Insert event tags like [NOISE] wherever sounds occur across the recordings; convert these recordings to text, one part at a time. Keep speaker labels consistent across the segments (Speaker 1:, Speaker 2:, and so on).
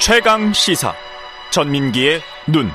Speaker 1: 최강 시사 전민기의 눈.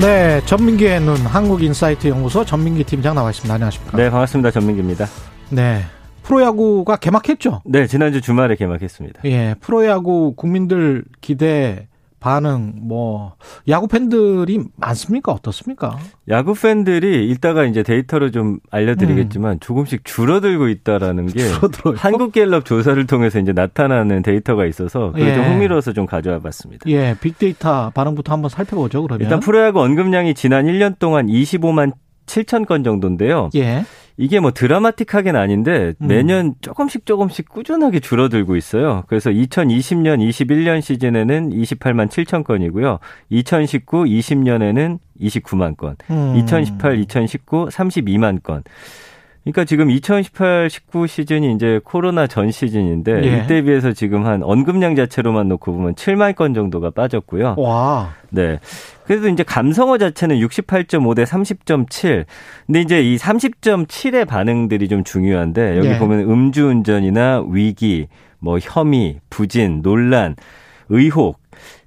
Speaker 2: 네, 전민기의 눈 한국인사이트 연구소 전민기 팀장 나와 있습니다. 안녕하십니까?
Speaker 3: 네, 반갑습니다. 전민기입니다.
Speaker 2: 네, 프로야구가 개막했죠?
Speaker 3: 네, 지난주 주말에 개막했습니다.
Speaker 2: 예, 프로야구 국민들 기대 반응 뭐 야구 팬들이 많습니까? 어떻습니까?
Speaker 3: 야구 팬들이 이따가 이제 데이터로 좀 알려드리겠지만 조금씩 줄어들고 있다라는 게
Speaker 2: 음. 줄어들어요?
Speaker 3: 한국갤럽 조사를 통해서 이제 나타나는 데이터가 있어서 그게 좀
Speaker 2: 예.
Speaker 3: 흥미로워서 좀 가져와봤습니다.
Speaker 2: 예, 빅데이터 반응부터 한번 살펴보죠. 그러면
Speaker 3: 일단 프로야구 언급량이 지난 1년 동안 25만 7천 건 정도인데요.
Speaker 2: 예,
Speaker 3: 이게 뭐 드라마틱하게는 아닌데
Speaker 2: 음.
Speaker 3: 매년 조금씩 조금씩 꾸준하게 줄어들고 있어요. 그래서 2020년, 21년 시즌에는 28만 7천 건이고요. 2019, 20년에는 29만 건.
Speaker 2: 음.
Speaker 3: 2018, 2019 32만 건. 그러니까 지금 2018, 19 시즌이 이제 코로나 전 시즌인데
Speaker 2: 예.
Speaker 3: 이때 비해서 지금 한 언급량 자체로만 놓고 보면 7만 건 정도가 빠졌고요.
Speaker 2: 와,
Speaker 3: 네. 그래도 이제 감성어 자체는 68.5 대 30.7. 근데 이제 이 30.7의 반응들이 좀 중요한데 여기
Speaker 2: 예.
Speaker 3: 보면 음주운전이나 위기, 뭐 혐의, 부진, 논란, 의혹.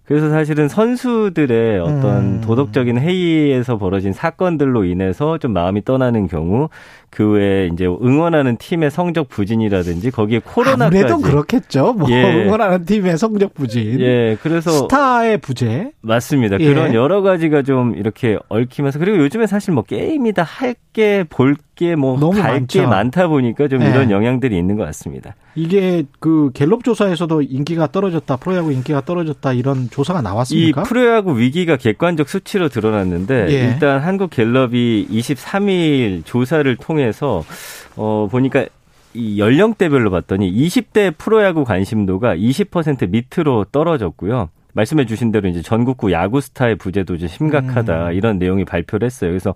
Speaker 3: 그래서 사실은 선수들의 어떤
Speaker 2: 음.
Speaker 3: 도덕적인 회의에서 벌어진 사건들로 인해서 좀 마음이 떠나는 경우 그 외에 이제 응원하는 팀의 성적 부진이라든지 거기에 코로나까지
Speaker 2: 아무래도 그렇겠죠. 뭐
Speaker 3: 예.
Speaker 2: 응원하는 팀의 성적 부진,
Speaker 3: 예, 그래서
Speaker 2: 스타의 부재,
Speaker 3: 맞습니다.
Speaker 2: 예.
Speaker 3: 그런 여러 가지가 좀 이렇게 얽히면서 그리고 요즘에 사실 뭐 게임이다 할 게 볼 게 뭐
Speaker 2: 너무
Speaker 3: 갈 게
Speaker 2: 많죠.
Speaker 3: 많다 보니까 좀
Speaker 2: 예.
Speaker 3: 이런 영향들이 있는 것 같습니다.
Speaker 2: 이게 그 갤럽 조사에서도 인기가 떨어졌다, 프로야구 인기가 떨어졌다 이런 조사가 나왔습니까?
Speaker 3: 이 프로야구 위기가 객관적 수치로 드러났는데
Speaker 2: 예.
Speaker 3: 일단 한국 갤럽이 23일 조사를 통해서 어 보니까 이 연령대별로 봤더니 20대 프로야구 관심도가 20% 밑으로 떨어졌고요. 말씀해 주신 대로 이제 전국구 야구 스타의 부재도 이제
Speaker 2: 음.
Speaker 3: 심각하다 이런 내용이 발표를 했어요. 그래서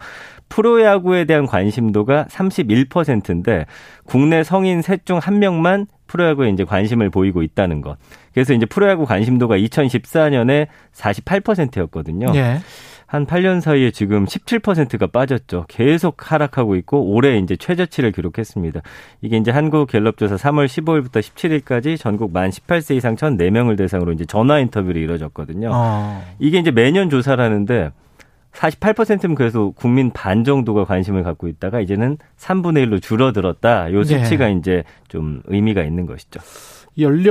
Speaker 3: 프로야구에 대한 관심도가 31%인데 국내 성인 셋 중 한 명만 프로야구에 이제 관심을 보이고 있다는 것. 그래서 이제 프로야구 관심도가 2014년에 48%였거든요.
Speaker 2: 예.
Speaker 3: 한 8년 사이에 지금 17%가 빠졌죠. 계속 하락하고 있고 올해 이제 최저치를 기록했습니다. 이게 이제 한국 갤럽 조사 3월 15일부터 17일까지 전국 만 18세 이상 1,004명을 대상으로 이제 전화 인터뷰를 이뤄졌거든요.
Speaker 2: 어.
Speaker 3: 이게 이제 매년 조사하는데 48%면 그래서 국민 반 정도가 관심을 갖고 있다가 이제는 3분의 1로 줄어들었다. 요
Speaker 2: 네.
Speaker 3: 수치가 이제 좀 의미가 있는 것이죠.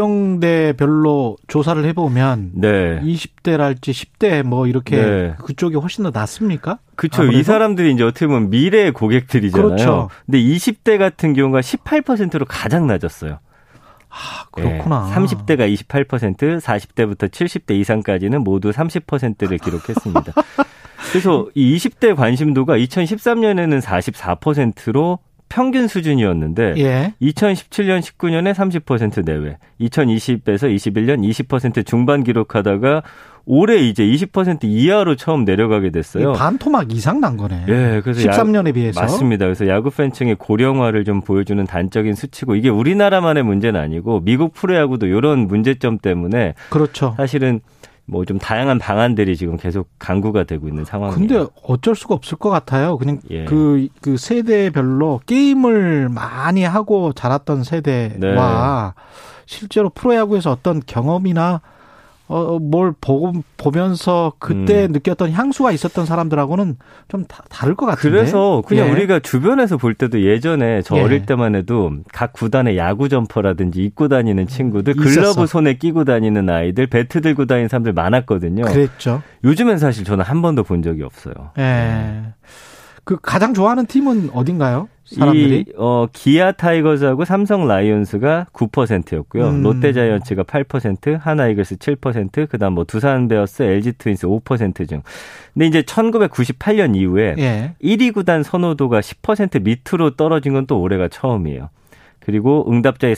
Speaker 2: 연령대별로 조사를 해보면
Speaker 3: 네.
Speaker 2: 20대랄지 10대 뭐 이렇게
Speaker 3: 네.
Speaker 2: 그쪽이 훨씬 더 낫습니까?
Speaker 3: 그렇죠.
Speaker 2: 아무래도?
Speaker 3: 이 사람들이 이제 어떻게 보면 미래의 고객들이잖아요.
Speaker 2: 그렇죠.
Speaker 3: 근데 20대 같은 경우가 18%로 가장 낮았어요.
Speaker 2: 아, 그렇구나.
Speaker 3: 예, 30대가 28%, 40대부터 70대 이상까지는 모두
Speaker 2: [LAUGHS]
Speaker 3: 30%를 기록했습니다. 그래서 이 20대 관심도가 2013년에는 44%로 평균 수준이었는데
Speaker 2: 예.
Speaker 3: 2017년 19년에 30% 내외, 2020에서 21년 20% 중반 기록하다가 올해 이제 20% 이하로 처음 내려가게 됐어요.
Speaker 2: 이 반토막 이상 난 거네.
Speaker 3: 예, 그래서 야-
Speaker 2: 13년에 비해서.
Speaker 3: 맞습니다. 그래서 야구 팬층의 고령화를 좀 보여주는 단적인 수치고 이게 우리나라만의 문제는 아니고 미국 프로야구도 이런 문제점 때문에
Speaker 2: 그렇죠.
Speaker 3: 사실은 뭐 좀 다양한 방안들이 지금 계속 강구가 되고 있는 상황이에요.
Speaker 2: 근데 어쩔 수가 없을 것 같아요. 그냥
Speaker 3: 예.
Speaker 2: 그, 그 세대별로 게임을 많이 하고 자랐던 세대와
Speaker 3: 네.
Speaker 2: 실제로 프로야구에서 어떤 경험이나 어, 뭘 보고, 보면서 그때
Speaker 3: 음.
Speaker 2: 느꼈던 향수가 있었던 사람들하고는 좀 다, 다를 것 같은데.
Speaker 3: 그래서 그냥
Speaker 2: 예.
Speaker 3: 우리가 주변에서 볼 때도 예전에 저
Speaker 2: 예.
Speaker 3: 어릴 때만 해도 각 구단의 야구 점퍼라든지 입고 다니는 친구들,
Speaker 2: 있었어.
Speaker 3: 글러브 손에 끼고 다니는 아이들, 배트 들고 다니는 사람들 많았거든요.
Speaker 2: 그랬죠.
Speaker 3: 요즘엔 사실 저는 한 번도 본 적이 없어요. 네.
Speaker 2: 예. 그 가장 좋아하는 팀은 어딘가요? 사람들이?
Speaker 3: 이, 어, 기아 타이거즈하고 삼성 라이온스가 9%였고요.
Speaker 2: 음.
Speaker 3: 롯데 자이언츠가 8%, 하나 이글스 7%, 그다음 뭐 두산 베어스, LG 트윈스 5%중. 근데 이제 1998년 이후에 네.
Speaker 2: 예.
Speaker 3: 1위 구단 선호도가 10% 밑으로 떨어진 건 또 올해가 처음이에요. 그리고 응답자의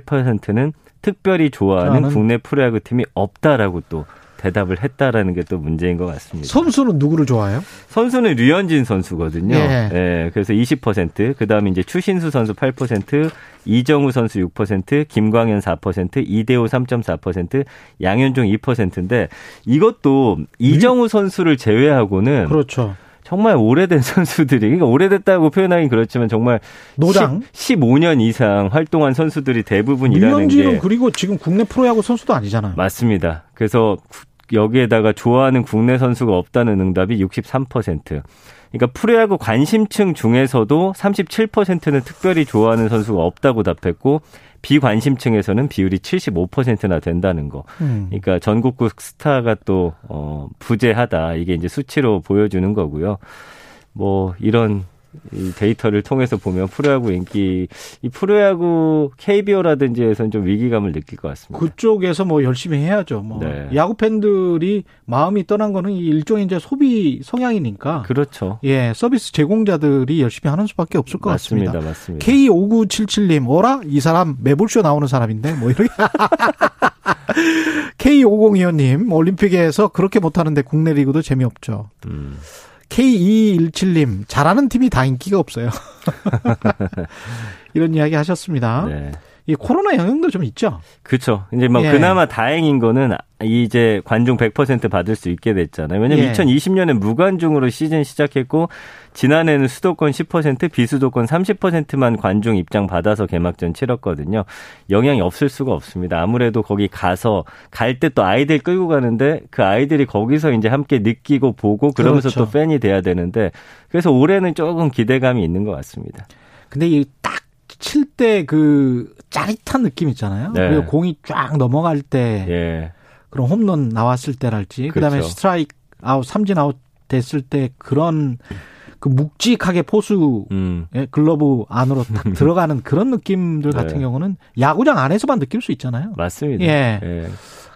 Speaker 3: 48%는 특별히 좋아하는
Speaker 2: 좋아하는-
Speaker 3: 국내 프로야구 팀이 없다라고 또 대답을 했다라는 게 또 문제인 것 같습니다.
Speaker 2: 선수는 누구를 좋아해요?
Speaker 3: 선수는 류현진 선수거든요.
Speaker 2: 예.
Speaker 3: 예. 그래서 20%, 그다음에 이제 추신수 선수 8%, 이정우 선수 6%, 김광현 4%, 이대호 3.4%, 양현종 2%인데 이것도 이정우 선수를 제외하고는
Speaker 2: 그렇죠.
Speaker 3: 정말 오래된 [LAUGHS] 선수들이 그러니까 오래됐다고 표현하긴 그렇지만 정말
Speaker 2: 노장
Speaker 3: 10, 15년 이상 활동한 선수들이 대부분이라는
Speaker 2: 물렁지는
Speaker 3: 게
Speaker 2: 그리고 지금 국내 프로야구 선수도 아니잖아요.
Speaker 3: 맞습니다. 그래서 구- 여기에다가 좋아하는 국내 선수가 없다는 응답이 63%. 그러니까 프로야구 관심층 중에서도 37%는 특별히 좋아하는 선수가 없다고 답했고 비관심층에서는 비율이 75%나 된다는 거.
Speaker 2: 음.
Speaker 3: 그러니까 전국구 스타가 또 어, 부재하다 이게 이제 수치로 보여주는 거고요. 뭐 이런 이 데이터를 통해서 보면 프로야구 인기, 이 프로야구 KBO라든지에서는 좀 위기감을 느낄 것 같습니다.
Speaker 2: 그쪽에서 뭐 열심히 해야죠. 뭐
Speaker 3: 네.
Speaker 2: 야구 팬들이 마음이 떠난 거는 이 일종의 이제 소비 성향이니까
Speaker 3: 그렇죠.
Speaker 2: 예 서비스 제공자들이 열심히 하는 수밖에 없을 것
Speaker 3: 맞습니다,
Speaker 2: 같습니다.
Speaker 3: 맞습니다.
Speaker 2: K5977님, 어라? 이 사람 매불쇼 나오는 사람인데? 뭐
Speaker 3: [LAUGHS]
Speaker 2: 이렇게. K5025님, 올림픽에서 그렇게 못하는데 국내 리그도 재미없죠.
Speaker 3: 음,
Speaker 2: K217님, 잘하는 팀이 다 인기가
Speaker 3: [LAUGHS]
Speaker 2: 없어요. [LAUGHS] 이런 이야기 하셨습니다.
Speaker 3: 네.
Speaker 2: 이 코로나 영향도 좀 있죠?
Speaker 3: 그렇죠. 이제 막
Speaker 2: 예.
Speaker 3: 그나마 다행인 거는 이제 관중 100% 받을 수 있게 됐잖아요. 왜냐면
Speaker 2: 예.
Speaker 3: 2020년에 무관중으로 시즌 시작했고 지난해는 수도권 10% 비수도권 30%만 관중 입장 받아서 개막전 치렀거든요. 영향이 없을 수가 없습니다. 아무래도 거기 가서 갈 때 또 아이들 끌고 가는데 그 아이들이 거기서 이제 함께 느끼고 보고 그러면서
Speaker 2: 그렇죠.
Speaker 3: 또 팬이 돼야 되는데 그래서 올해는 조금 기대감이 있는 것 같습니다.
Speaker 2: 근데 이 딱 칠 때 그 짜릿한 느낌 있잖아요.
Speaker 3: 네.
Speaker 2: 그리고 공이 쫙 넘어갈 때
Speaker 3: 예.
Speaker 2: 그런 홈런 나왔을 때랄지 그다음에
Speaker 3: 그렇죠.
Speaker 2: 스트라이크 아웃 삼진 아웃 됐을 때 그런 그 묵직하게 포수
Speaker 3: 음.
Speaker 2: 예, 글러브 안으로
Speaker 3: [LAUGHS]
Speaker 2: 딱 들어가는 그런 느낌들
Speaker 3: 네.
Speaker 2: 같은 경우는 야구장 안에서만 느낄 수 있잖아요.
Speaker 3: 맞습니다.
Speaker 2: 예.
Speaker 3: 예.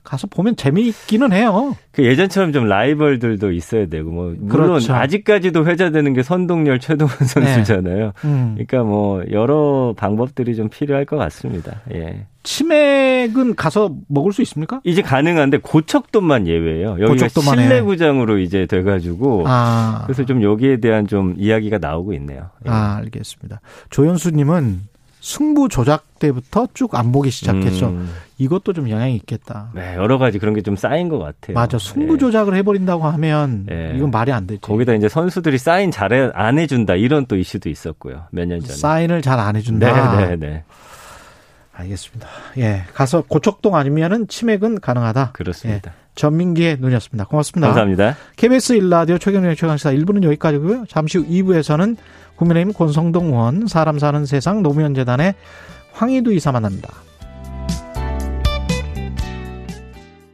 Speaker 2: 가서 보면 재미있기는 해요.
Speaker 3: 그 예전처럼 좀 라이벌들도 있어야 되고 뭐 물론
Speaker 2: 그렇죠. 네.
Speaker 3: 아직까지도 회자되는 게 선동열 최동원 선수잖아요.
Speaker 2: 음.
Speaker 3: 그러니까 뭐 여러 방법들이 좀 필요할 것 같습니다. 예.
Speaker 2: 치맥은 가서 먹을 수 있습니까?
Speaker 3: 이제 가능한데 고척돔만 예외예요. 여기가
Speaker 2: 고척돔만
Speaker 3: 실내
Speaker 2: 해요.
Speaker 3: 구장으로 이제 돼 가지고
Speaker 2: 아,
Speaker 3: 뭐, 그래서 좀 여기에 대한 좀 이야기가 나오고 있네요. 예.
Speaker 2: 아, 알겠습니다. 조현수님은 승부 조작 때부터 쭉 안 보기 시작했죠.
Speaker 3: 음,
Speaker 2: 이것도 좀 영향이 있겠다.
Speaker 3: 네, 여러 가지 그런 게 좀 쌓인 것 같아요.
Speaker 2: 맞아. 승부
Speaker 3: 예.
Speaker 2: 조작을 해버린다고 하면
Speaker 3: 예.
Speaker 2: 이건 말이 안 되지.
Speaker 3: 거기다 이제 선수들이 사인 잘 안 해준다 이런 또 이슈도 있었고요. 몇 년 전에.
Speaker 2: 사인을 잘 안 해준다.
Speaker 3: 네, 네, 네.
Speaker 2: 알겠습니다. 예, 가서 고척동 아니면은 치맥은 가능하다.
Speaker 3: 그렇습니다.
Speaker 2: 전민기의 눈이었습니다. 고맙습니다.
Speaker 3: 감사합니다.
Speaker 2: KBS 1라디오 최경영 최강시사 1부는 여기까지고요. 잠시 후 2부에서는 국민의힘 권성동 의원, 사람 사는 세상 노무현재단의 황희두 이사 만납니다.